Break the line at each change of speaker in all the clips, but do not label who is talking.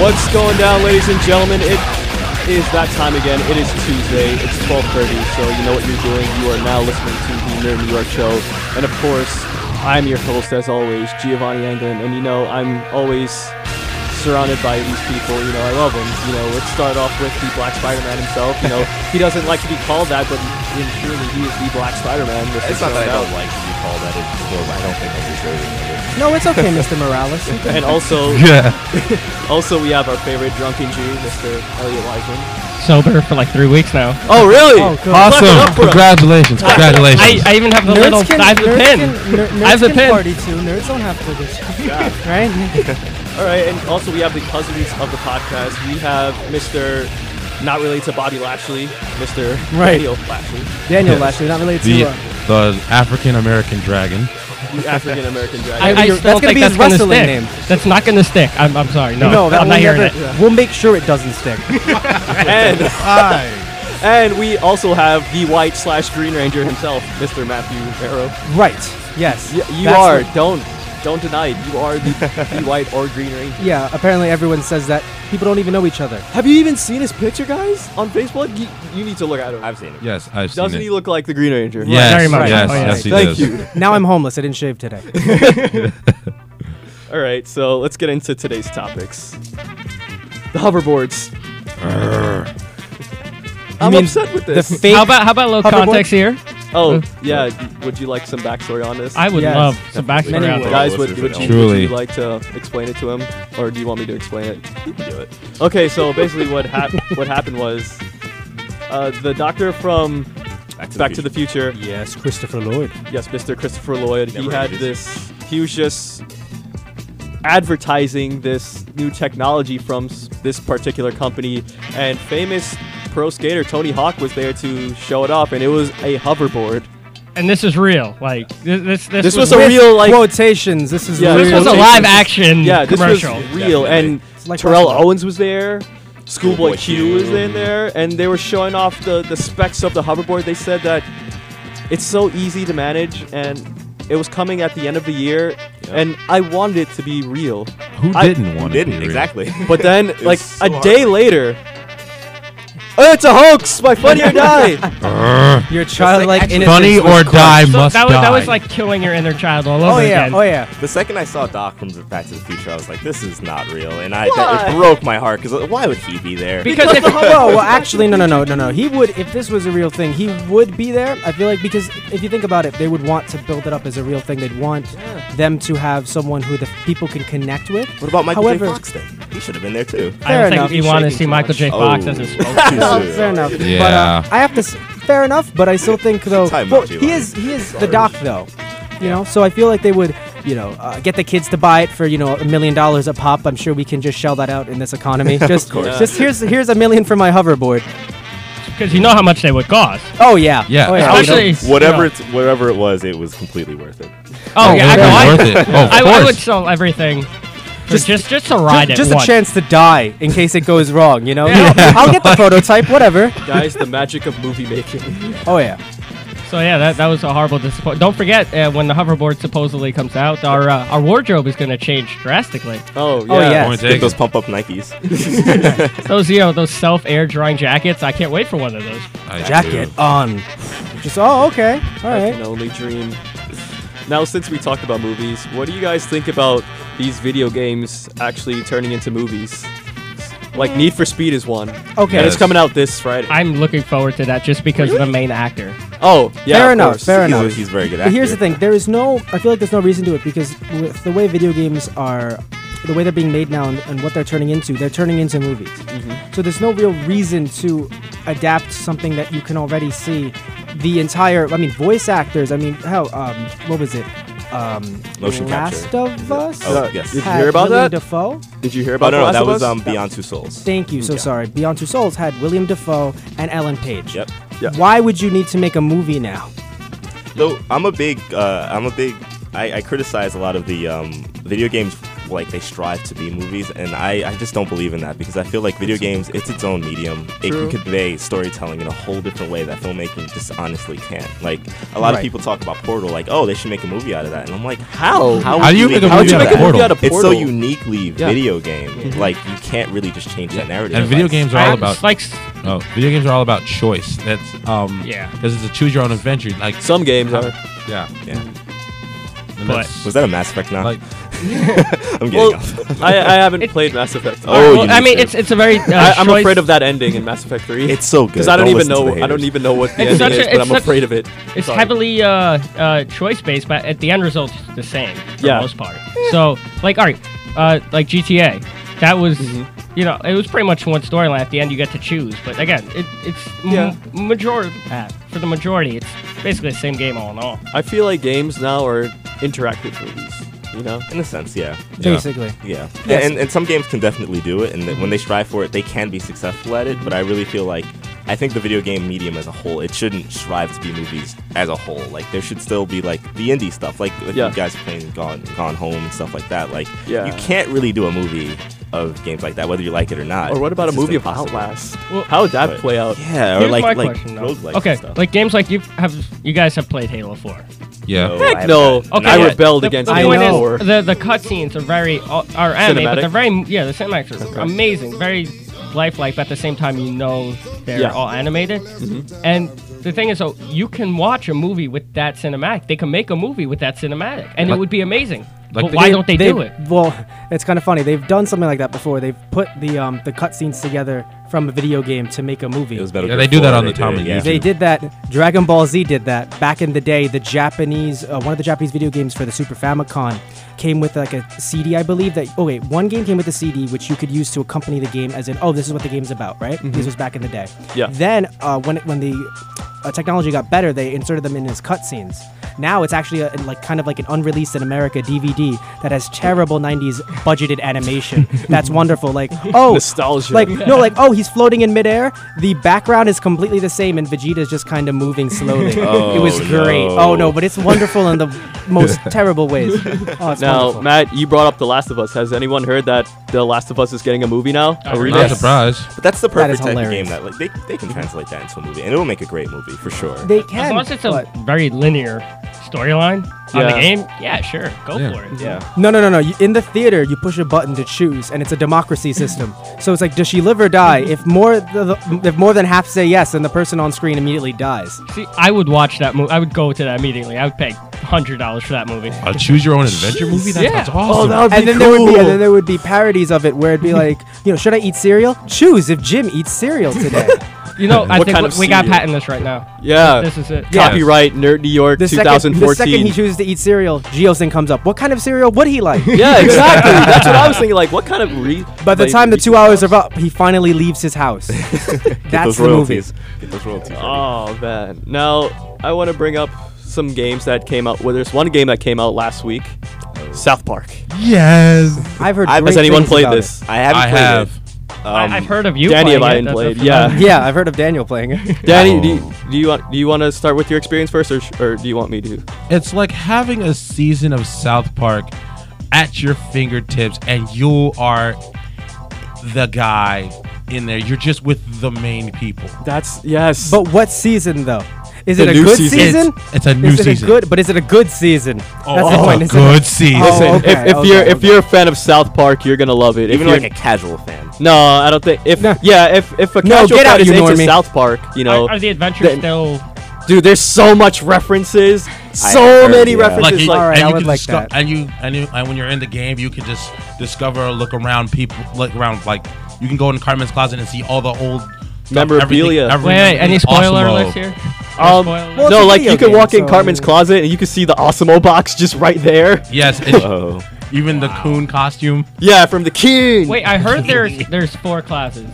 What's going down, ladies and gentlemen? It is that time again. It is Tuesday. It's 12:30, so you know what you're doing. You are now listening to the Mirror New York show, and of course, I'm your host as always, Giovanni Anglin. And you know, I'm always surrounded by these people. You know, I love them. You know, let's start off with the Black Spider-Man himself. You know, he doesn't like to be called that, but he- surely he is the Black Spider-Man. This is
It's
no
not that I
doubt.
don't like to be called that. It's just, I don't think I'm deserving of it.
No, it's okay, Mr. Morales. You can-
And also,
Yeah.
also we have our favorite drunken Jew, Mr. Elliot Wiseman.
sober for like three weeks now.
Oh, really?
Oh, good.
Clap it
Awesome.
up for him.
Congratulations.
I,
Congratulations.
I even have the
Nerds
little.
can-
I have the
nerds
pin.
can- ner- nerds
I have the
can
pin.
Party too. Nerds don't have privilege, right?
All right, and also we have the cousins of the podcast. We have Mr. Not related to Bobby Lashley, Mr.
Right.
Daniel Lashley,
Daniel
Yes.
Lashley, not related
The,
to. Uh,
the African American dragon.
the African American
I,
dragon.
I
That's
still
gonna
think
be
that's
his
gonna
wrestling
stick.
name.
That's not gonna stick. I'm, I'm sorry. No,
no, that
I'm
will
not hearing
never-
it.
We'll make sure it doesn't stick.
and, and we also have the white slash Green Ranger himself, Mr. Matthew Barrow.
right. Yes.
Y- you
That's
are.
what-
don't don't deny it. You are the, the white or Green Ranger.
yeah. Apparently, everyone says that. People don't even know each other.
Have you even seen his picture, guys, on Facebook? You, you need to look at him.
I've seen it.
Yes, I've seen
Doesn't
it.
he look like the Green Ranger?
yes,
Very much.
Yes,
Oh, yeah.
yes, he
Thank
does.
you.
Now I'm homeless. I didn't shave today.
All right, so let's get into today's topics. The hoverboards. I'm
mean
upset with
the
this.
fake.
How about how about a little
Hoverboard?
context here?
oh, yeah. d- Would you like some backstory on this?
I would
Yes,
love some
definitely.
backstory.
Many
on
would.
this.
Guys, would,
Listeners
would,
at
you,
home.
would
Truly.
you like to explain it to him, or do you want me to explain it? You can do it. Okay, so basically, what hap- what happened was uh, the doctor from
Back to
Back to the Future,
Yes, Christopher Lloyd.
yes, Mr. Christopher Lloyd, he
Never
had
ages.
this. He was just advertising this new technology from s- this particular company, and famous pro skater Tony Hawk was there to show it off, and it was a
Mm,
hoverboard.
And this is real. Like this. This, this,
This
was,
was a
real.
real, like-
quotations. This is
Yeah,
real.
This was a
quotation.
live action
Yeah, this
commercial.
was real,
Definitely.
and
It's like
Terrell
wrestling.
Owens was there. Schoolboy
Schoolboy
Q was
Q.
in there, and they were showing off the, the specs of the hoverboard. They said that it's so easy to manage, and it was coming at the end of the year, and I wanted it to be real.
Who
I-
didn't want it? to be
Didn't
real?
exactly.
But then, like
so
a
hard.
day later, oh, it's a hoax by Funny or Die.
Urgh.
Your childlike innocence.
Funny
was
or die
So
must
that was
die.
that was like killing your inner child all over
Oh yeah.
again.
Oh yeah.
the second I saw Doc from Back to the Future, I was like, "This is not real," and I
Why?
that, it broke my heart because why would he be there?
Because if
Whoa, well, actually, no, no, no, no, no. He would, if this was a real thing, he would be there. I feel like because if you think about it, they would want to build it up as a real thing. They'd want them to have someone who the people can connect with.
what about Michael
However,
J. Fox then? He should have been there too.
I don't
enough,
think you
he's
want to
shaking
see
too
Michael
much.
J. Fox
Oh.
as a spokesman.
No, fair enough. But,
Yeah.
uh, I have to. s- Fair enough, but I still think though.
Time
well,
out,
he
Giovanni.
is he is the doc though, you know. So I feel like they would, you know, uh, get the kids to buy it for you know a million dollars a pop. I'm sure we can just shell that out in this economy. Just,
course.
just here's here's a million for my hoverboard.
Because you know how much they would cost.
Oh yeah.
Yeah.
Oh, yeah.
Especially
Whatever
you
it's whatever it was, it was completely worth it.
know. Oh yeah. I know, I-
It would be worth it. Oh, of
I, I
course.
would sell everything. for
Just-
Just, just, to ride
Ju-
it
just
once.
a chance to die in case it goes wrong, you know?
Yeah.
I'll, I'll get the prototype, whatever.
Guys, the magic of movie making.
Oh, yeah.
So yeah, that, that was a horrible disappointment. Don't forget uh, when the hoverboard supposedly comes out, our uh, our wardrobe is going to change drastically.
Oh yeah.
yeah.
Point
Get
taken.
those pump up Nikes.
Those you know those self air drying jackets, I can't wait for one of those.
I
Jacket
do.
on. Just, oh, okay. All
I
right.
can only dream. Now, since we talked about movies, what do you guys think about these video games actually turning into movies? Like Need for Speed is one,
Okay.
and it's
Yes.
coming out this Friday.
I'm looking forward to that just because of the main actor.
oh, yeah.
Fair
of
enough,
course.
fair
he's,
enough.
A, he's a very good actor.
But here's the thing there is no, I feel like there's no reason to it because with the way video games are, the way they're being made now and, and what they're turning into, they're turning into movies.
Mm-hmm.
So there's no real reason to adapt something that you can already see. The entire, I mean, voice actors, I mean, how, um, what was it? Um,
Motion
Last
capture.
of Us?
Oh, yes.
Did you
had
hear about
Willem
that?
Dafoe?
Did you hear
Oh
about The
no, no,
Last
that
of
was
Us?
um Beyond Two Souls.
Thank you. So sorry. Beyond Two Souls had William Dafoe and Ellen Page.
Yep.
Yeah.
Why would you need to make a movie now?
Though I'm a big, uh, I'm a big, I, I criticize a lot of the um, video games like they strive to be movies, and I, I just don't believe in that because I feel like video games it's its own medium. It
True.
can convey storytelling in a whole different way that filmmaking just honestly can't. Like a lot of
Right.
people talk about Portal, like oh they should make a movie out of that, and I'm like how? How,
How
would
do you make a
How would
movie
you
out
make a
of
movie
Portal?
out of
It's
Oh. Portal?
so uniquely video game. Like you can't really just change that narrative.
And video
Like,
games are all
I-
about
it's like s-
oh, video games are all about choice. That's um
Yeah.
because it's a choose your own adventure. Like
Some games are.
yeah,
Yeah.
and
But-
that's-
Was that a Mass Effect? Now
like
I'm getting
Well,
off.
I, I haven't
It-
played Mass Effect.
Oh,
well,
you
I
need
mean,
to.
it's it's a very. Uh,
I, I'm
choice-
afraid of that ending in Mass Effect 3.
It's so good.
because I don't, even
listen to the
know. I don't
haters.
even know what the
It's
ending
such a-
is, but
it's
I'm
such-
afraid of it.
It's
Sorry.
heavily uh, uh, choice based, but at the end result is the same for
Yeah.
the most part. So, like, all right, uh, like GTA, that was,
Mm-hmm.
you know, it was pretty much one storyline. At the end, you get to choose, but again, it, it's
Yeah.
m- majority for the majority. It's basically the same game all in all.
I feel like games now are interactive movies. You know,
in a sense, yeah.
basically.
Yeah, and-
Yes.
and, and some games can definitely do it, and th- when they strive for it, they can be successful at it. But I really feel like I think the video game medium as a whole, it shouldn't strive to be movies as a whole. Like there should still be like the indie stuff, like like
Yeah.
you guys playing Gone Gone Home and stuff like that. Like
Yeah.
you can't really do a movie of games like that, whether you like it or not.
or what about a
It's just
movie of
impossible.
Outlast?
Well-
How would that
But-
play out?
Yeah, or
Here's
like
my
like
question, though.
roguelikes
okay,
and stuff.
like games like you have, you guys have played Halo Four.
yeah.
No, I
Heck
have
no!
not.
Okay,
I
yeah.
reelled
the,
against
the
it.
point
I know.
is the the cutscenes are very uh, are anime,
Cinematic.
but they're very yeah the cinematics are amazing, very lifelike, but at the same time you know they're
Yeah.
all animated. And the thing is, so you can watch a movie with that cinematic. They can make a movie with that cinematic, and it
Like-
would be amazing.
like
but
the
why
game-
don't they, do it?
Well, it's kind of funny. They've done something like that before. They've put the um, the cutscenes together from a video game to make a movie.
It was Metal
Yeah,
Gear
they do that
4,
on the
did
Tom
it,
and
yeah.
Jerry.
They did that. Dragon Ball Z did that back in the day. The Japanese, uh, one of the Japanese video games for the Super Famicom, came with like a CD, I believe. That oh wait, one game came with a CD which you could use to accompany the game, as in oh this is what the game's about, right? This was back in the day.
Mm-hmm. Yeah.
Then uh, when it, when the uh, technology got better, they inserted them in as cutscenes. Now it's actually a, like kind of like an unreleased in America DVD that has terrible '90s budgeted animation. That's wonderful. Like oh,
Nostalgia.
Like no, like oh, he's floating in midair. The background is completely the same, and Vegeta's just kind of moving slowly. it was
Oh,
great.
no.
Oh no, but it's wonderful in the most terrible ways. Oh, it's
Now,
wonderful.
Matt, you brought up The Last of Us. Has anyone heard that The Last of Us is getting a movie now?
I
A
heard
remake?
Not
Yes.
surprised.
But that's the
That is
perfect type of game
hilarious.
that like they, they can translate that into a movie, and it will make a great movie for sure.
they can.
As long as it's a
but-
very linear storyline on
Yeah.
the game, yeah, sure, go
Yeah.
for it.
yeah,
no, no, no, no. You- In the theater, you push a button to choose, and it's a democracy system. so it's like, does she live or die? If more, the, the, if more than half say yes, then the person on screen immediately dies.
See, I would watch that movie. I would go to that immediately. I would pay hundred dollars for that movie.
A choose your own adventure movie. That
Yeah.
sounds
Oh,
awesome.
and then there would be and then there would be parodies of it where it'd be like, you know, should I eat cereal? Choose if Jim eats cereal today.
You know, I
What
think
kind
we,
of
we got
serial?
patent this right now.
yeah.
This is it.
Yeah.
Copyright Nerd New York
The second,
2014.
the second he chooses to eat cereal, Geosin comes up. What kind of cereal would he like?
yeah, exactly. That's what I was thinking. Like, what kind of re?
By the
like,
time the two
re-
hours are up, he finally leaves his house. That's
those
the movie.
royalties. Get those royalties.
Oh man. Now I want to bring up some games that came out. Well, there's one game that came out last week. South Park.
yes.
I've heard.
I've-
great
Has anyone
things
played
about
this?
I haven't
I
played
have.
it. Um,
I, I've heard of you.
Danny
playing
and I
it.
hadn't
That's a
played.
fun-
Yeah.
it. Yeah, I've heard of Daniel playing it.
Danny, do, you, do you want do you want to start with your experience first, or, sh- or do you want me to?
It's like having a season of South Park at your fingertips, and you are the guy in there. You're just with the main people.
That's yes.
But what season though? Is
The
it a
new
good
season.
season?
It's- it's a new
is it
season.
A good, but is it a good season?
Oh,
That's the
it's
point.
a
is it
good season.
listen,
Oh, okay,
if, if
okay,
you're if
okay.
you're a fan of South Park, you're gonna love it. If
Even
you're,
like a casual fan.
no, I don't think if
No.
yeah if if a
No,
casual
get
fan
out,
is
you
into
normie.
South Park, you know,
Are, are the adventures
Then-
still?
dude, there's so much references, so
heard,
many
yeah.
references.
like, you-
like,
Alright,
and
I
you
would
can
like
disco-
that.
and you and you and when you're in the game, you can just discover, look around people, look around like you can go in Carmen's closet and see all the old stuff,
Memorabilia.
everything-
Wait, wait, any
everything
spoiler
Osmo.
list here?
Um,
Spoiler
Well,
alert.
it's
no,
a
like you
video
could
game,
walk in
so-
Cartman's closet and you could see the Osmo box just right there.
Yes, it's,
Oh,
even the coon costume.
Yeah, from the king.
Wait, I heard there's there's four classes,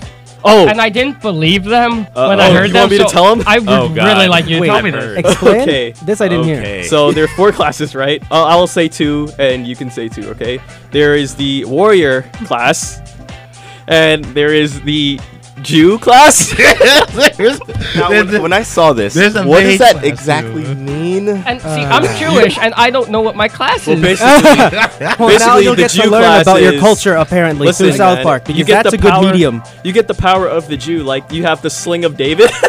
oh,
and I didn't believe them when
Uh-oh.
I
You
heard
want
them.
me to
so
tell 'em?
I would
Oh, God.
really like you to
Wait,
tell me
I've
this.
heard.
Explain.
Okay.
This I didn't hear.
Okay.
so there are four classes, right? Uh, I will say two, and you can say two. Okay. There is the warrior class, and there is the Jew class.
Now, when, when I saw this,
there's a
what does
vague
that
class,
exactly
too.
mean? mean?
And see, I'm Jewish, and I don't know what my class
Uh, Well,
is.
basically,
Well, now
basically
you'll
the
get
Jew
to learn
class
about your
is-
culture apparently through
listen,
South
man,
Park because that's a good
power,
medium.
You get the power of the Jew. Like you have the sling of David.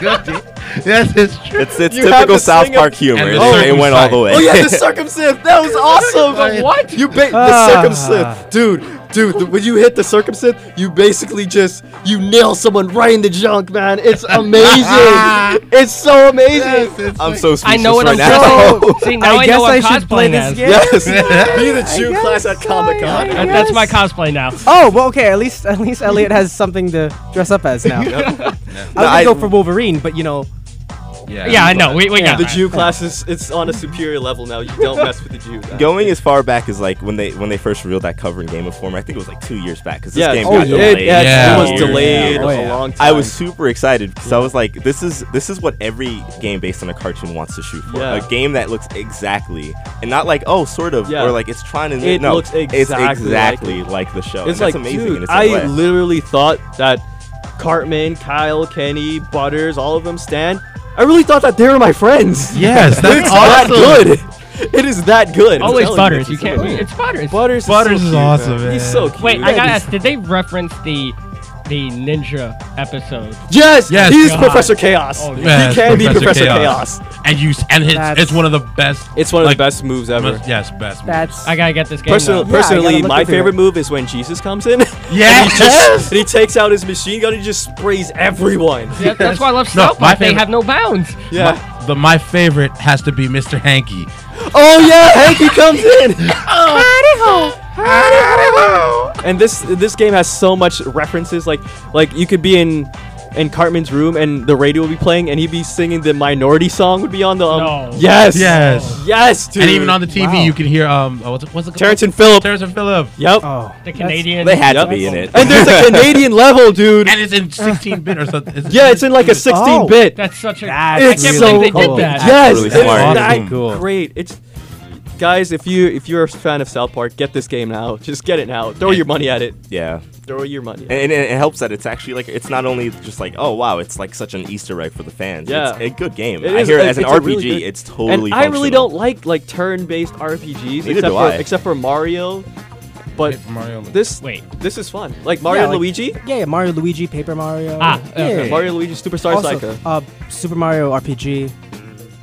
yes, it's true.
It's it's
You have
typical
to
South
sing a-
Park humor.
And the
It went all the
circumcised.
way.
oh yeah, the circumcision. That was awesome.
The what?
You ba-
Ah.
the circumcision, dude. Dude, the, when you hit the circumcision, you basically just you nail someone right in the junk, man. It's amazing. it's so amazing.
I'm so speechless
I know what
right
I'm
now.
dressed. See, now I,
guess
know I'm
I should play
cosplaying
this
as.
game.
Yes, be the Jew
guess
class at
so,
Comic
yeah,
Con.
That-
yeah.
That's my cosplay now.
Oh well, okay. At least at least Elliot has something to dress up as now. I
No,
was
I-
gonna go for Wolverine, but you know,
Yeah, I know. We, we got
The
that.
Jew class is it's on a superior level now. You don't mess with the Jew. man.
Going as far back as like when they when they first reeled that cover in Game Informer, I think it was like two years back because this
Yeah,
game
oh,
got
yeah,
delayed.
it,
Yeah.
yeah, it was
Yeah.
delayed
Oh, yeah.
a long time.
I was super excited because I was like, "This is this is what every game based on a cartoon wants to shoot for.
Yeah.
A game that looks exactly and not like oh, sort of,
Yeah.
or like it's trying to
It
no,
looks
it's
exactly like
exactly like, the show.
It's
and
like,
Oh, that's amazing.
dude,
and it's a
I
blast.
literally thought that Cartman, Kyle, Kenny, Butters, all of them, Stan. I really thought that they were my friends.
Yes, that's
it's that
awesome.
good. It is that good. I'm
Always
telling
butters.
it's
You can't.
amazing.
It's butters.
Butters.
Butters
is,
is
so cute,
awesome, man.
He's so cute.
Wait, I gotta
Yeah,
ask. Did they reference the the ninja episode?
he's- Yes,
Yes,
he's
God.
Professor Chaos.
Oh,
he
Yes,
can be Professor Chaos.
And you s- and it's,
That's-
it's one of the best.
It's one of
like,
the best moves ever.
most- yes, best.
that's
I gotta get this game.
Personal,
now.
gotta
personally,
look
my
into it.
favorite move is when Jesus comes in.
Yes.
and he takes out his machine gun and just sprays everyone.
Yeah, that's why I love
No,
South
my
Park. They
favorite-
have no bounds.
Yeah.
the my favorite has to be Mr. Hanky.
Oh yeah, Hanky comes in. And this this game has so much references. Like like you could be in in Cartman's room and the radio would be playing and he'd be singing the Minority song would be on the um,
No.
yes
Yes.
yes dude.
And even on the TV,
Wow.
you can hear um, oh, what's it, what's it
Terrence
called?
and Philip.
Terrence and Philip.
Yep.
oh
The
that's-
Canadian.
they had
Yep.
to be in it.
And there's a Canadian level, dude.
And Oh. it's in 16-bit or something.
yeah, it's in like a 16-bit.
That's such a.
That's
I
it's
can't
really
so
believe they
cool.
did that.
Yes,
Really
it's
smart.
that
Cool.
great. It's guys, if you if you're a fan of South Park, get this game now. Just get it now. Throw your money at it.
yeah,
Throw your money. At it.
and, and it helps that it's actually like it's not only just like oh wow, it's like such an Easter egg for the fans.
Yeah.
it's a good game.
It
I
is,
hear
it-
as an
it's a really
RPG,
good-
it's totally.
and I really
functional.
don't like like turn-based RPGs
Neither
except
do
for
I.
except for Mario. But
Mario.
this
Wait.
this is fun. Like Mario
yeah,
and
like-
Luigi,
Yeah, yeah, Mario, Luigi, Paper Mario.
Ah,
yeah,
okay.
yeah.
Mario and Luigi Superstar
Also,
Psycho.
uh, Super Mario RPG.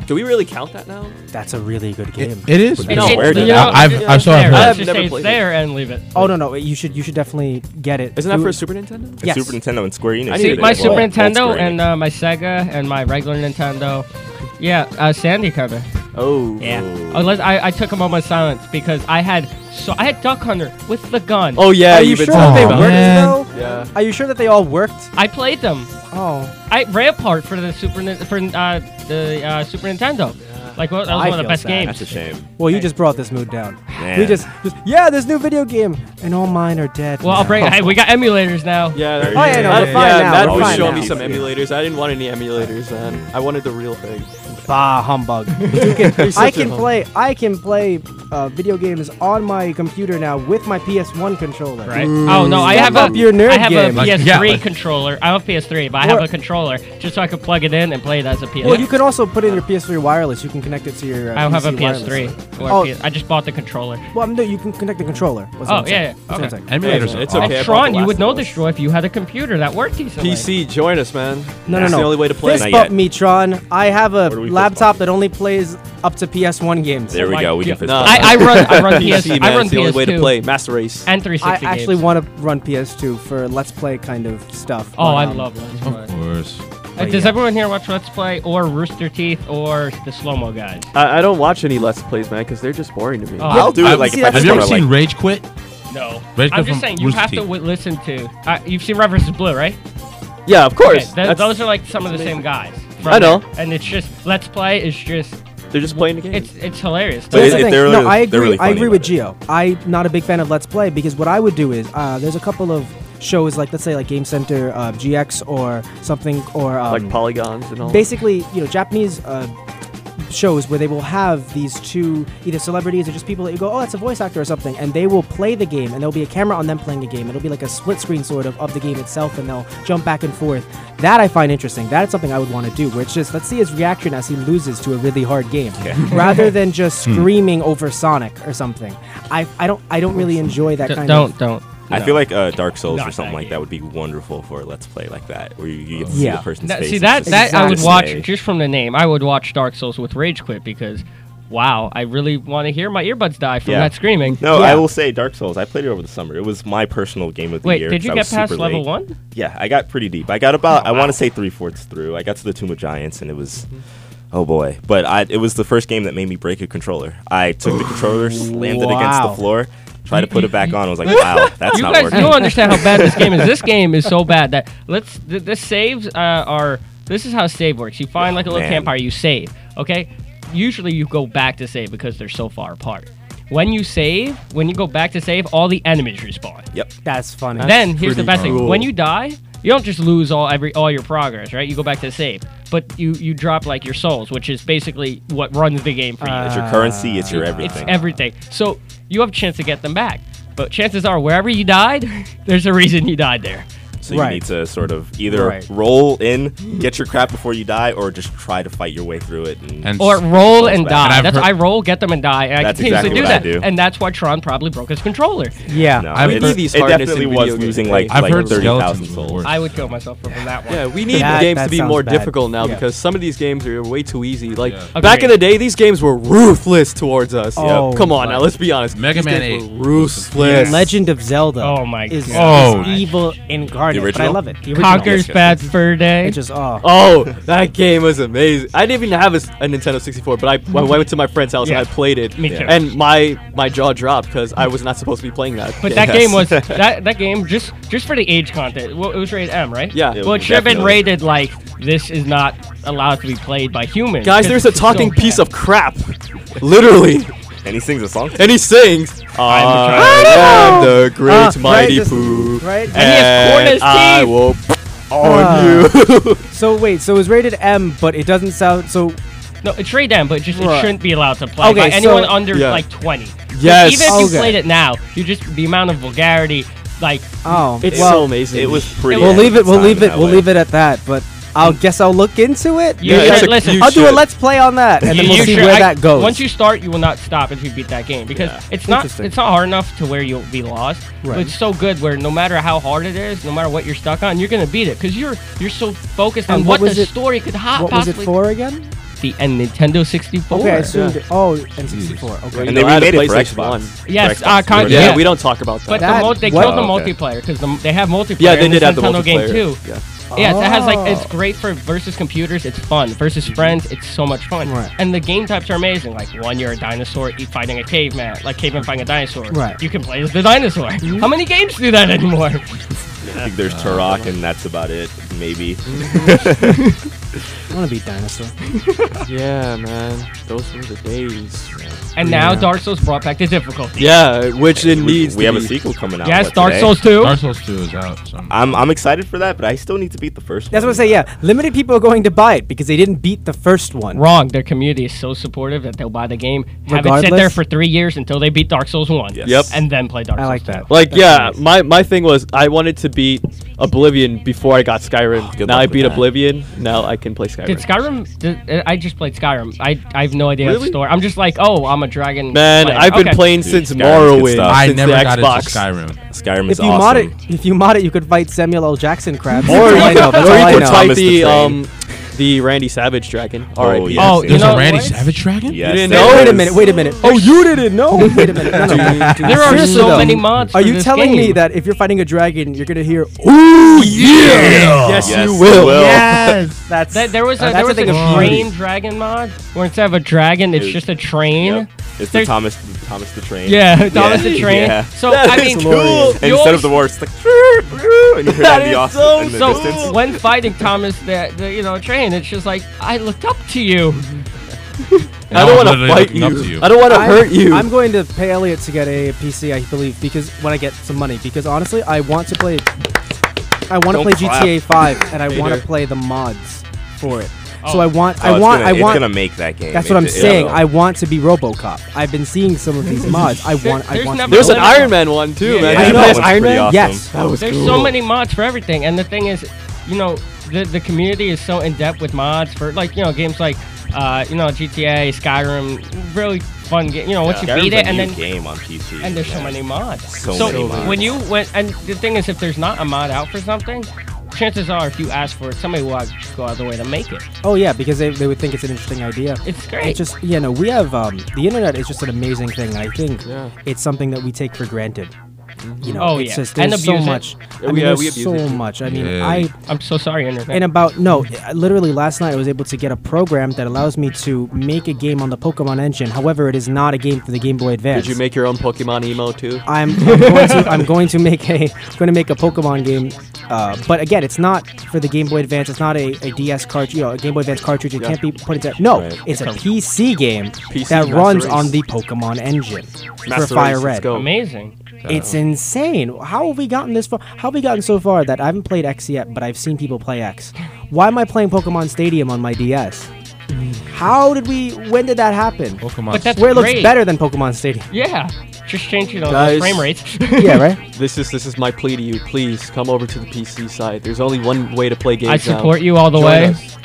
Do we really count that now?
That's a really good game.
It is.
It's No, weird.
you
Yeah,
know,
I've-
it's
I've saw it.
there.
I've
Let's just
never
say it's
played it.
there and leave it.
oh no, no, you should you should definitely get it.
Isn't that
It-
for Super Nintendo?
And
Yes.
Super Nintendo and Square Enix.
I
See,
did
need
it.
my
Well,
Super
both
Nintendo
Square Enix.
and uh, my Sega and my regular Nintendo. Yeah, uh, Sandy cover.
Oh.
Unless I, I took a moment of silence because I had so I had Duck Hunter with the gun.
Oh yeah,
Are you
you've been
sure
talking
that they
Oh,
about
worked
it.
man.
though?
Yeah.
Are you sure that they all worked?
I played them.
Oh,
I Rampart for the Super Nin- for uh, the uh, Super Nintendo. Like well, that was
I
one of the
feel
best
sad.
games.
That's a shame.
well, you just brought this mood down.
Man.
We just, just yeah, this new video game, and all mine are dead.
Well, I'll
now.
bring. Hey, we got emulators now.
Yeah, that-
Oh, yeah, no, we're
Matt-
fine
yeah,
now,
Matt
we're
was
fine
showing
now.
me some emulators. I didn't want any emulators, man. I wanted the real thing.
Bah humbug. You can-
such
I
a
can
hum-
play. I can play uh, video games on my computer now with my PS1 controller.
Right? Oh no, I
Step
have a
up your nerd
I have
game.
a
Like,
PS3
yeah, like-
controller. I have a PS3, but I have
Or-
a controller just so I can plug it in and play it as a PS.
Well, you can also put in your PS3 wireless. You can connect it to your. Uh,
I don't have a
PC wireless.
PS3. Or
Oh.
P- I just bought the controller.
Well, no, you can connect the controller. was what
Oh,
I'm saying.
yeah, yeah,
That's what I'm
okay.
saying.
Emulators are
It's
awesome.
okay. I bought
Tron,
The
you would
Last
know
of Us.
this, Roy, if you had a computer that worked decently.
PC, join us, man.
No, no,
That's
no.
the only way to play.
Fist
Not
bump
yet.
me, Tron. I have a
do we fist
laptop
bump?
that only plays up to PS1 games.
There we
my
go. We can
God.
fist
No.
bump.
I, I run I run PS
PC,
I
man.
run
It's the only
PS2
way to play. Master Race.
and 360
I actually
games.
want to run PS2 for Let's Play kind of stuff.
Oh,
but,
I
um,
love Let's
Of
Play.
course.
Uh, does everyone here watch Let's Play or Rooster Teeth or the Slow Mo guys?
I, I don't watch any Let's Plays, man, because they're just boring to me.
Oh.
I'll do
I-
it like
see,
if I
that's-
just
Have you
want
ever
to like.
seen Rage Quit?
No.
Rage Quit
I'm
from
just saying you
Rooster
have to
Teeth.
w- listen to. Uh, you've seen Reverse is Blue, right?
Yeah, of course.
Okay, th-
That's-
those are like some of the same guys. from
I know.
there. And it's just Let's Play is just
They're just playing the game.
it's it's hilarious.
But
Like,
That's
it-
the
it-
thing.
they're really-
no, I
they're
agree.
really
I
funny
agree
about
with
it.
Geo. I'm not a big fan of Let's Play because what I would do is uh, there's a couple of shows like let's say like Game Center uh, GX or something or um,
like polygons and all.
basically you know Japanese uh, shows where they will have these two either celebrities or just people that you go, oh, that's a voice actor or something, and they will play the game, and there'll be a camera on them playing a game. It'll be like a split screen sort of of the game itself, and they'll jump back and forth. That I find interesting. That is something I would want to do. Where it's just let's see his reaction as he loses to a really hard game, rather than just
Hmm.
screaming over Sonic or something. I, I don't I don't really enjoy that
D-
kind of.
don't don't.
I feel like uh, Dark Souls
Not
or something
that
like that would be wonderful for a Let's Play like that, where you, you get to see
Yeah.
the person's
That,
face.
see
It's
that
just
that I would watch
dismay.
just from the name. I would watch Dark Souls with rage quit because, wow, I really want to hear my earbuds die from
Yeah.
that screaming.
No,
Yeah.
I will say Dark Souls. I played it over the summer. It was my personal game of the
Wait,
year.
did you
'cause I
get
was
past
super
level
late.
one?
Yeah, I got pretty deep. I got about
Oh,
I want to say three fourths through. I got to the Tomb of Giants, and it was oh boy. But I it was the first game that made me break a controller. I took the controller, slammed it against
Wow.
the floor, tried to put it back on. I was like, wow, that's
you
not
guys
working.
don't understand how bad this game is. This game is so bad that let's th- this saves uh, are this is how save works. You find like a little
man.
campfire, you save. Okay, usually you go back to save because they're so far apart. When you save, when you go back to save, all the enemies respawn.
Yep.
That's funny.
then here's the
pretty
best thing:
cool.
when you die, you don't just lose all every all your progress, right? You go back to save, but you you drop like your souls, which is basically what runs the game for you.
It's your currency. It's your
Ah.
everything.
It's everything. So you have a chance to get them back. But chances are, wherever you died, there's a reason you died there.
So you
Right.
need to sort of either
Right.
roll in, get your crap before you die, or just try to fight your way through it. And,
And
Or roll and
Goes back.
die.
And I've
that's
heard-
I roll, get them, and die. And I
That's
continue to
exactly
do
what I
that.
do.
And that's why Tron probably broke his controller.
yeah.
no,
I've
it,
heard-
it
these hardness in
definitely
video
was
games,
losing
right?
like,
I've
like
heard
30,000
skeletons were
souls.
worse.
I would kill myself from that one.
Yeah, we need
That-
games
that
to be
sounds
more
bad.
difficult now
Yeah.
because some of these games are way too easy. Like
Yeah.
back in
Agreed.
the day, these games were ruthless towards us.
Oh,
Come on now,
wow.
let's be honest.
Mega
These
Man
games
8
were ruthless.
Legend of Zelda.
Oh my
is,
God.
is evil incarnate.
The
But I
original?
love it. The original.
Conker's Bad Fur Day.
It just oh.
Oh, that game was amazing. I didn't even have a, s- a Nintendo 64, but I, I went to my friend's house
Mm-hmm. Yeah.
and I played it.
Me too.
And my my jaw dropped because I was not supposed to be playing that. game.
But that game was that that game just just for the age content. Well, it was rated M, right?
Yeah. It
Well, it
was
should have been
definitely.
rated like this is not allowed to be played by humans.
Guys,
because
there's a
it's so
talking
bad.
piece of crap. Literally.
And he sings a song.
And he sings, I am the great
Ah,
mighty
right, just-
Pooh.
right?
he has corn in his
I
teeth.
will
Ah.
on you.
So wait, so it's rated M, but it doesn't sound so.
No, it's rated M, but it just
Right.
it shouldn't be allowed to play
Okay,
by anyone
so-
under
Yeah.
like 20.
Yes.
even if you
Okay.
played it now, you just the amount of vulgarity, like
Oh,
It's
well,
so amazing.
It was pretty.
we'll
ahead
leave
of
it. We'll
its time
leave
in
it.
that
We'll
way.
leave it at that. But I'll guess I'll look into it.
You
Yeah,
should-
it's a-
listen.
you
I'll do a
should.
let's play on that, and then
you
we'll see
should-
where
I-
that goes.
Once you start, you will not stop if you beat that game because it's not
Interesting.
it's not hard enough to where you'll be lost.
Right.
But it's so good where no matter how hard it is, no matter what you're stuck on, you're gonna beat it because you're you're so focused on
And
what,
what was
the
it-
story could hot
what was it
possibly
for again?
the and Nintendo 64.
Okay, I assumed. it- Oh, and 64. Okay.
And
You
they
know, I had a
remade it for
PlayStation
Xbox.
one.
For
Yes,
Xbox.
uh, con-
Original.
Yeah,
Yeah.
we don't talk about
But
that.
That-
the mul- they
what-
killed the
Oh, okay.
multiplayer because the, they have multiplayer.
yeah, they
in this
did have the
Nintendo
multiplayer.
game too.
Yeah.
Yeah, that has like it's
Oh.
great for versus computers. It's fun versus friends. It's so much fun.
Right.
And the game types are amazing. Like one, you're a dinosaur eat fighting a caveman, like caveman fighting a dinosaur.
Mm. Right. Mm-hmm.
You can play as the dinosaur. How many games do that anymore?
I think there's Turok, and that's about it. Maybe.
I want to be dinosaur.
Yeah, man. Those were the days.
And now
Yeah.
Dark Souls brought back the difficulty.
Yeah, which it needs
we
to
have a
be.
sequel coming out.
Yes,
what,
Dark
eh?
today?
Souls 2.
Dark Souls 2 is out. So
I'm I'm excited for that, but I still need to beat the first
That's
one.
what I say. Yeah, limited people are going to buy it because they didn't beat the first one.
Wrong. Their community is so supportive that they'll buy the game, have it sit there
Regardless?
for three years until they beat Dark Souls 1.
Yes. Yep.
And then play Dark
I
Souls
like
2.
that.
Like, yeah, my, my thing was I wanted to beat Oblivion before I got Skyrim.
good
now
luck
I
with
beat
that.
Oblivion. Now I can play Skyrim.
Did Skyrim? Did, uh, I just played Skyrim. I I have no idea what
Really?
the story. I'm just like, oh, I'm a dragon.
Man,
player.
I've been
Okay.
playing
Dude,
since
Skyrim's good
Morrowind.
stuff.
I
since
never
the
got
Xbox.
into Skyrim.
Skyrim
If
is
you mod
awesome.
it, if you mod it, you could fight Samuel L. Jackson crabs.
Or you
I know,
could
that's
or
all
you
I
could
know.
type
Thomas
the,
the Train.
um, the Randy Savage dragon.
Oh,
R.I.P.
yes, yes.
Oh, you
There's
know
a Randy
what?
Savage Dragon?
Yes,
didn't
there
know?
is.
Wait a minute. Wait a minute. Oh, you didn't know. Wait a minute. No, no.
There are
Seriously,
so
though,
many mods.
Are
for
you
this
telling me
game.
that if you're fighting a dragon, you're gonna hear?
Ooh, yeah! Yes,
Yes,
you
you
will.
will.
Yes, that's
Th- there was a,
that's
there was
thing
a
of beauty.
train dragon mod where instead of a dragon, it's
Dude.
just a train.
Yep. It's the
There's-
Thomas the Thomas the Train.
Yeah, Thomas the train.
Yeah.
So
That
I
is
mean,
cool.
you
And instead
always-
of the war, it's like and you hear that in
is
the, off-
so
in the
so
distance. Oh,
when fighting Thomas, the, the you know train, it's just like I looked up to you.
I don't want to
Literally
fight
looking up
you.
to you.
I don't want to
I'm-
hurt you.
I'm going to pay Elliot to get a PC, I believe, because when I get some money, because honestly, I want to play. I want
Don't
to play
clap.
GTA 5, and I want to
Hater.
play the mods for it. So I want,
Oh,
I
it's
want,
gonna-
I want.
It's gonna make that game.
That's what I'm
It-
saying.
it'll-
I want to be RoboCop. I've been seeing some of these mods. I
There-
want. I
there's
want. To
never
be
There's
There's
an
an
Iron Man one too, man.
Yeah, yeah.
Did you
that
play as
one's
Iron
pretty
Man?
awesome.
Yes.
That was
There's
cool.
so many mods for everything, and the thing is, you know, the, the community is so in depth with mods for like you know games like uh, you know GTA, Skyrim, really fun game. You know, once
Yeah.
you beat
Skyrim's
it,
a
and
new
then
game on PC.
and there's so
Yeah.
many mods.
So many mods.
when you when and the thing is, if there's not a mod out for something, chances are if you ask for it, somebody will go out of the way to make it.
Oh yeah, because they, they would think it's an interesting idea.
It's great.
It's just yeah, no, we have um, the internet is just an amazing thing. and I think
Yeah.
it's something that we take for granted. You know,
Oh,
it's
yeah.
just
And
there's so
abuse it.
much. I
Yeah,
mean,
we- uh,
there's
we abuse
so
it too.
much. I mean,
Yeah.
I
I'm so sorry, internet.
in about no, I- literally last night I was able to get a program that allows me to make a game on the Pokemon engine. However, it is not a game for the Game Boy Advance.
Did you make your own Pokemon emo too?
I'm, I'm going to I'm going to make a going to make a Pokemon game, uh, but again, it's not for the Game Boy Advance. It's not a, a DS cartridge, you know, a Game Boy Advance cartridge. It
Yeah.
can't be put into. No,
Right.
it's a PC game
PC
that
Master
runs
Race.
on the Pokemon engine
Master
for Fire
Race,
Red.
let's go. Oh.
amazing.
It's insane. How have we gotten this far? How have we gotten so far that I haven't played X yet, but I've seen people play X? Why am I playing Pokemon Stadium on my DS? How did we? When did that happen?
Pokemon.
But that's
Where it looks
great.
better than Pokemon Stadium.
Yeah, just change you know
Guys.
those frame rates.
Yeah, right.
This is this is my plea to you. Please come over to the PC side. There's only one way to play games.
I support you all the
Join
way.
Us.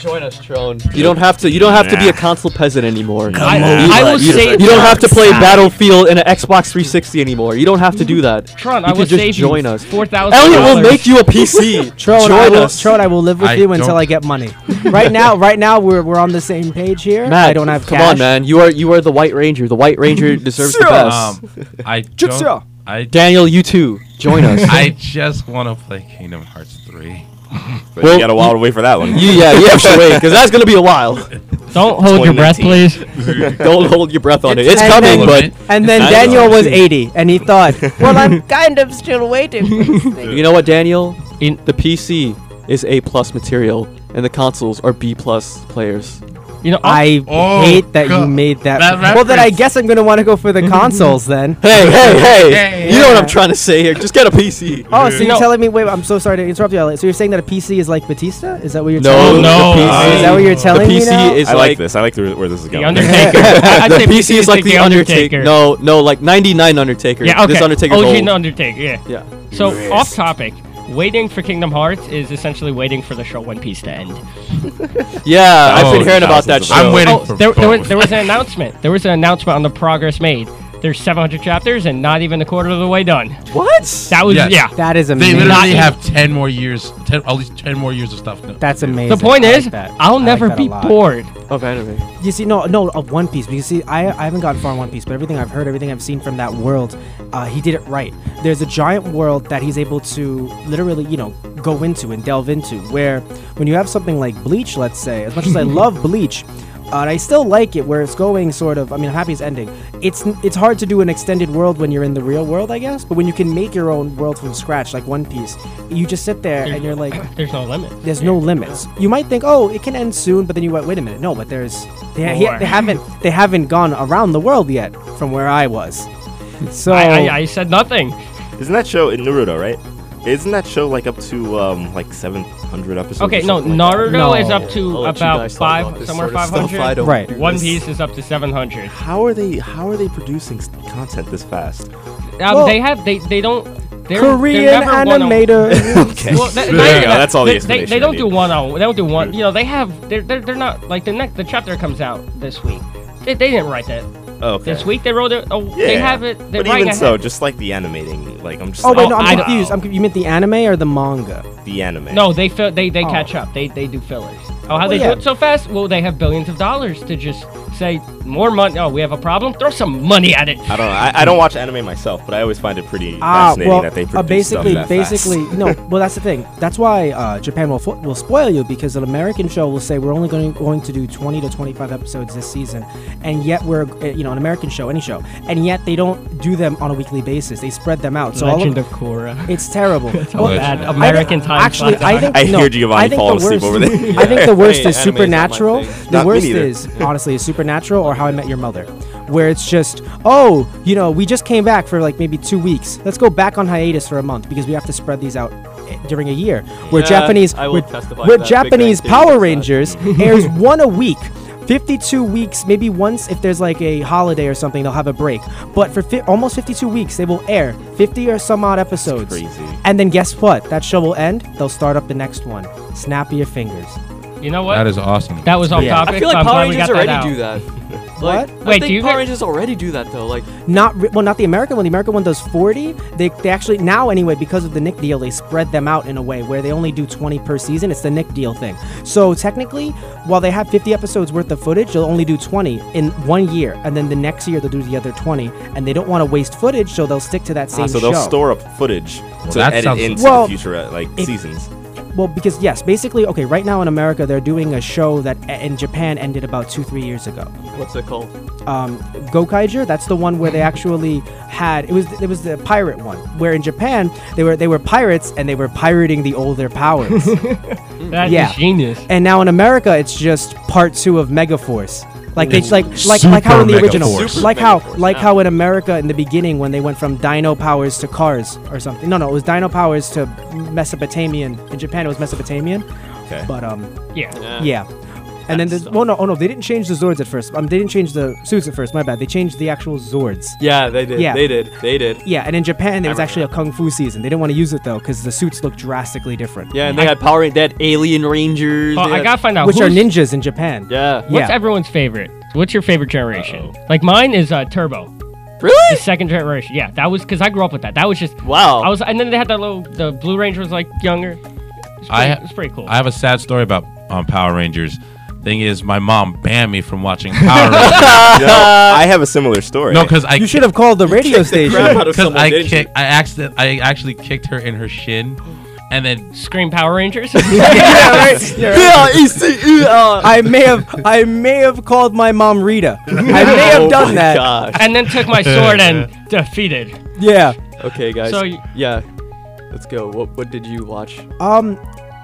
Join us, Trone. You don't have to. You don't have to be a console peasant anymore.
I-
You-
I will
you,
save
you don't have to play
Tron.
Battlefield in an Xbox 360 anymore. You don't have to do that.
Tron,
you
I
can
will
just
save
join
you
us.
four thousand.
Elliot will make you a PC.
Trone,
join
I will,
us.
Trone, I will live with
I
you until
don't-
I get money. right now, right now we're, we're on the same page here.
Matt,
I don't have
come
cash.
on, man. You are you are the White Ranger. The White Ranger deserves the best.
Um, I
Jigsaw.
don't. I,
Daniel, you too. Join us.
I just want to play Kingdom Hearts 3.
But
Well,
you got a while to wait for that one.
you, yeah, you have to wait because that's gonna be a while.
Don't hold your breath, please.
2019.
Don't hold your breath on it. It's
And
coming,
then-
but
And then
I
Daniel
know.
was 80, and he thought,
Well, I'm kind of still waiting. For this thing.
you know what, Daniel?
In-
the PC is A plus material, and the consoles are B plus players.
You know, I'll-
I
Oh,
hate that you
God.
made that.
That
well, then I
reference.
guess I'm going to want to go for the consoles then.
Hey, hey, hey!
Hey,
you know what
yeah.
I'm trying to say here. Just get a PC.
Oh, so
You
you're
know-
telling me? Wait, I'm so sorry to interrupt you. Elliot. So you're saying that a PC is like Batista? Is that what you're
No,
telling me?
the
no, uh,
Oh,
PC.
Is that what
you're telling
the
me
PC
now?
is
I like, this. I like the, where this is
the
going.
Undertaker. I- I'd
the
say
PC is like the Undertaker. No, no, like 99 Undertaker.
Yeah. Okay. Oh,
This Undertaker's
OG
old.
Undertaker. Yeah.
Yeah.
So off topic. Waiting for Kingdom Hearts is essentially waiting for the show One Piece to end.
Yeah, I've been
Oh,
hearing about that
thousands
show.
of
I'm waiting
Oh,
for
there, there, was,
both.
there was an announcement. There was an announcement on the progress made. There's 700 chapters and not even a quarter of the way done.
What?
That was
Yes.
yeah.
That is
They
amazing.
literally
Not-
have 10 more years, 10, at least 10 more years of stuff. now.
That's amazing.
the point
I like
is,
that. I
I'll
like
never
that a
be
lot.
bored.
Of anime.
You see, no, no, of One Piece. Because see, I, I haven't gotten far in One Piece, but everything I've heard, everything I've seen from that world, uh, he did it right. There's a giant world that he's able to literally, you know, go into and delve into. Where when you have something like Bleach, let's say, as much as I love Bleach. Uh, and I still like it where it's going sort of. I mean, I'm happy it's ending. It's it's hard to do an extended world when you're in the real world, I guess. But when you can make your own world from scratch, like One Piece, you just sit there and you're like,
There's no limit.
there's no limits. You might think, oh, it can end soon, but then you went, wait a minute, no, but there's they, he-
More.
they haven't they haven't gone around the world yet from where I was. So
I, I, I said nothing.
Isn't that show in Naruto, right? Isn't that show like up to um like 700 episodes? or
Okay, no,
something like that?
Naruto
No. Oh,
is up to
I'll let you
about
guys talk
five,
about this
somewhere
sort of stuff.
500.
I don't
Right.
do
One
this.
Piece is up to 700.
How are they? How are they producing s- content this fast?
Um,
Well-
they have they they don't. They're, they're
Korean
never one on-
animator.
Okay.
Well, that-
there
not
you
even
go.
that.
That's all the
they, they,
explanation.
they don't
I
do
need.
one on. They don't do one. You know, they have. They're, they're, they're not like the next. The chapter comes out this week. They, they didn't write that
Okay.
this week. They wrote it. Oh,
Yeah.
they have it. They're
But
writing
even
ahead.
so, just like the animating, like I'm just.
oh wait,
like,
no, I'm
I-
confused. I'm, you meant the anime or the manga?
the anime.
no, they fill. They they
Oh.
catch up. They they do fillers. Oh, how
Well,
they
yeah.
do it so fast? Well, they have billions of dollars to just say more money. Oh, we have a problem. Throw some money at it.
I don't know. I, I don't watch anime myself, but I always find it pretty
Ah,
fascinating
well,
that they produce
uh, basically,
stuff that fast.
basically, no. Well, that's the thing. That's why uh, Japan will fo- will spoil you because an American show will say we're only going going to do 20 to 25 episodes this season, and yet we're uh, you know an American show, any show, and yet they don't do them on a weekly basis. They spread them out. So all
Legend
of,
of Korra.
it's terrible.
Oh,
Well,
bad.
I think-
American time.
Actually,
clock.
I think
I
no,
hear Giovanni
I think
fall
the
asleep
worst-
over there.
I think the worst
Hey, anime
is
is not my
supernatural.
thing.
The
Not me
worst
neither.
is honestly is supernatural or How I Met Your Mother, where it's just oh you know we just came back for like maybe two weeks. Let's go back on hiatus for a month because we have to spread these out eh, during a year, where
Yeah,
Japanese
I will
where,
testify
where
to that. Big Bang
Japanese
Theory does
Power
that.
Rangers airs one a week. 52 weeks, maybe once if there's like a holiday or something, they'll have a break. But for fi- almost 52 weeks, they will air 50 or some odd episodes.
crazy.
And then guess what? That show will end. They'll start up the next one. Snap of your fingers.
You know what?
That is awesome.
That was off
Yeah.
topic.
I feel
but
like
I'm
Power
glad we
Rangers
got
already
that out.
do that.
What?
Like, I
Wait,
think
do you
Power
get-
Rangers already do that though. Like,
Not re- well, not the American one. The American one does 40. They, they actually now anyway because of the Nick deal, they spread them out in a way where they only do 20 per season. It's the Nick deal thing. So technically, while they have 50 episodes worth of footage, they'll only do 20 in one year, and then the next year they'll do the other 20. And they don't want to waste footage, so they'll stick to that same
Ah, so
show.
they'll store up footage to
that
edit
sounds-
into
Well,
the future uh, like
it-
seasons.
Well, because yes, basically, okay, right now in America they're doing a show that a- in Japan ended about two, three years ago.
What's it called?
Um, Gokaiger, that's the one where they actually had it was it was the pirate one. Where in Japan they were they were pirates and they were pirating the older powers.
That is
Yeah.
genius.
and now in America it's just part two of Megaforce. Like it's
Ooh.
like like like how in the
Super
original,
Megaforce. Super
like how
Megaforce,
like
yeah.
how in America in the beginning when they went from Dino powers to cars or something. No, no, it was Dino powers to Mesopotamian. In Japan it was Mesopotamian,
Okay.
but um,
Yeah.
Yeah. And then
That's
there's well no oh no they didn't change the Zords at first um they didn't change the suits at first my bad they changed the actual Zords
Yeah, they did.
Yeah.
They did. They did.
yeah and in Japan there was
I
actually a kung fu season they didn't want to use it though because the suits look drastically different
Yeah, and they had Power Rangers, they had Alien Rangers.
Oh,
they
I
had-
gotta find out
which are
who's-
ninjas in Japan
Yeah.
What's
yeah.
everyone's favorite? What's your favorite generation? Like mine is uh, Turbo, the
Really?
second generation. Yeah, that was because I grew up with that. That was just
Wow.
I was, and then they had that little. The Blue Ranger was like younger. It's pretty,
I-
it's pretty cool.
I have a sad story about um, Power Rangers. Thing is, my mom banned me from watching Power Rangers.
You know, I have a similar story.
no, because I
you should have called the radio station
out of
because
someone,
I
didn't you?
kicked. I accident. I actually kicked her in her shin, and then
Scream Power Rangers.
yeah right yeah I may have I may have called my mom Rita I may have
Oh
done
my
that
gosh.
and then took my sword and defeated.
yeah
Okay, guys.
So y-
yeah, let's go. What what did you watch?
Um,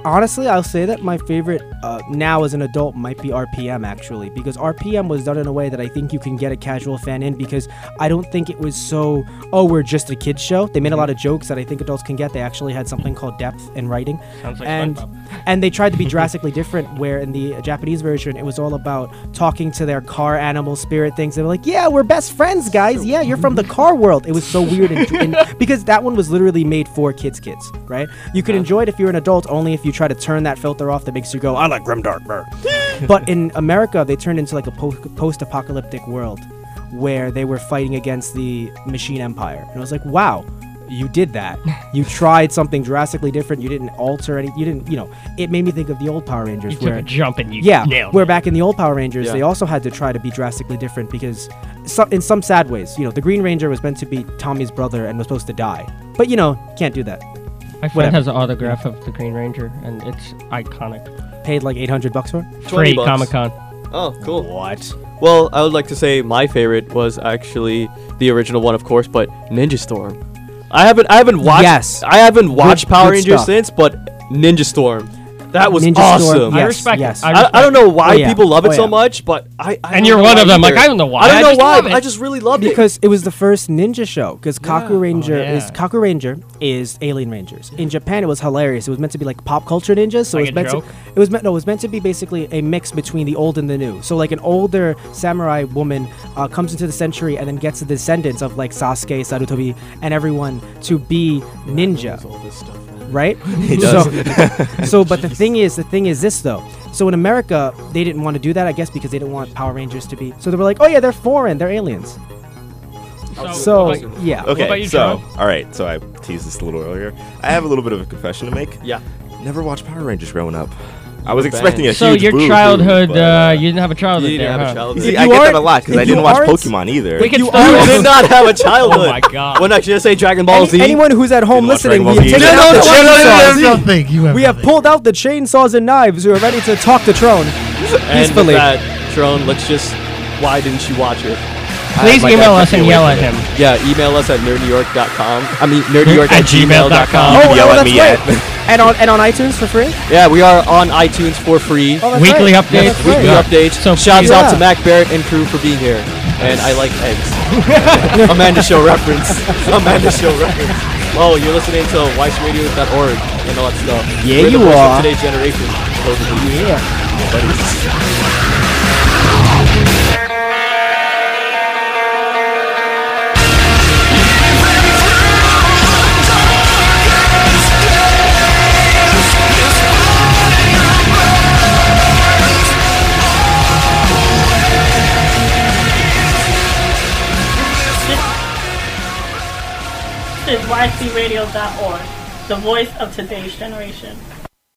honestly, I'll say that my favorite uh, now as an adult might be RPM actually, because RPM was done in a way that I think you can get a casual fan in because I don't think it was so oh we're just a kids show. They
Mm-hmm.
made a lot of jokes that I think adults can get. They actually had something called depth in writing,
Sounds like
and
SpongeBob.
and they tried to be drastically different. Where in the Japanese version, it was all about talking to their car animal spirit things. They were like, yeah, we're best friends, guys. Yeah, you're from the car world. It was so weird and, and because that one was literally made for kids, kids, right? You could enjoy it if you're an adult, only if you try to turn that filter off that makes you go, I like grimdark. brr." but in America, they turned into like a po- post-apocalyptic world where they were fighting against the machine empire, and I was like, wow you did that. You tried something drastically different. You didn't alter any. You didn't. You know, it made me think of the old Power Rangers
You took
where
a jump and you
yeah,
nailed.
where
it.
back in the old Power Rangers,
Yeah.
they also had to try to be drastically different because, some, in some sad ways, you know, the Green Ranger was meant to be Tommy's brother and was supposed to die, but you know, can't do that.
My friend
whatever.
has an autograph of the Green Ranger, and it's iconic.
Paid like eight hundred bucks for. it?
20
Free
bucks.
Comic Con.
Oh, cool.
What?
Well, I would like to say my favorite was actually the original one, of course, but Ninja Storm. I haven't I haven't watched
Yes.
I haven't watched Power
good
Rangers
stuff.
since, but Ninja Storm. That was
Ninja
awesome.
Storm.
I
Yes,
respect it.
yes.
I,
I,
respect
I don't know why
Oh, yeah.
people love it
Oh,
so
yeah.
much, but I, I
And
don't
you're
know
one
why
of them, like,
either.
I don't know why,
I
I
don't
just
know
love
why.
it.
I just really loved it.
because it was the first ninja show because kaku ranger
Oh, yeah.
is kaku ranger is alien rangers in japan it was hilarious it was meant to be like pop culture ninjas so it was
Like a
meant
joke?
to it was meant no it was meant to be basically a mix between the old and the new so like an older samurai woman uh, comes into the century and then gets the descendants of like sasuke sarutobi and everyone to be ninja right? So, so, but the thing is, the thing is this though. So in America, they didn't want to do that, I guess, because they didn't want Power Rangers to be. So they were like, oh yeah, they're foreign, they're aliens.
it.
So
like,
yeah,
Okay,
about you,
so
John?
all right, so I teased this a little earlier. I have a little bit of a confession to make.
yeah.
Never watched Power Rangers growing up. I was
Bang.
expecting a
so
huge
your
boo-hoo,
childhood,
but,
uh, you didn't have a
You
childhood
didn't
there,
have
huh?
a childhood.
see,
if
I
you
get that
aren't-
a lot because
if
I didn't
you
watch
aren't-
Pokemon either.
We can
You
start.
did not have a childhood.
Oh my God.
When I should I say Dragon Ball
Any,
Z?
anyone who's at home
Didn't watch
listening, we
Dragon
have,
Ball Z. No,
taken
no,
out the
no, no, no,
chainsaws.
no, no.
think you
we have pulled out the chainsaws and knives. We are ready to talk to Trone
and with
peacefully.
that, Tron, let's just. Why didn't you watch it?
Please
my
email
dad
us
took me
and
away
yell at
from
him.
Yeah, email us at nerdnewyork.com. I mean, nerdnewyork at gmail.com.
Oh, oh,
yell at
that's
me
right.
yet.
and on and on iTunes for free.
Yeah, we are on iTunes for free.
Oh, that's
Weekly
right.
updates.
That's
Weekly
right.
Yeah.
updates.
So
Shouts
please-
out
Yeah.
to Mac Barrett and crew for being here. And I like eggs. Amanda Show reference. Amanda Show reference. Oh, you're listening to WiseRadio.org and all that stuff. We're
Yeah,
the
you
voice of
are.
Today's generation. supposedly.
Yeah.
This is ycradio.org, the voice of today's generation.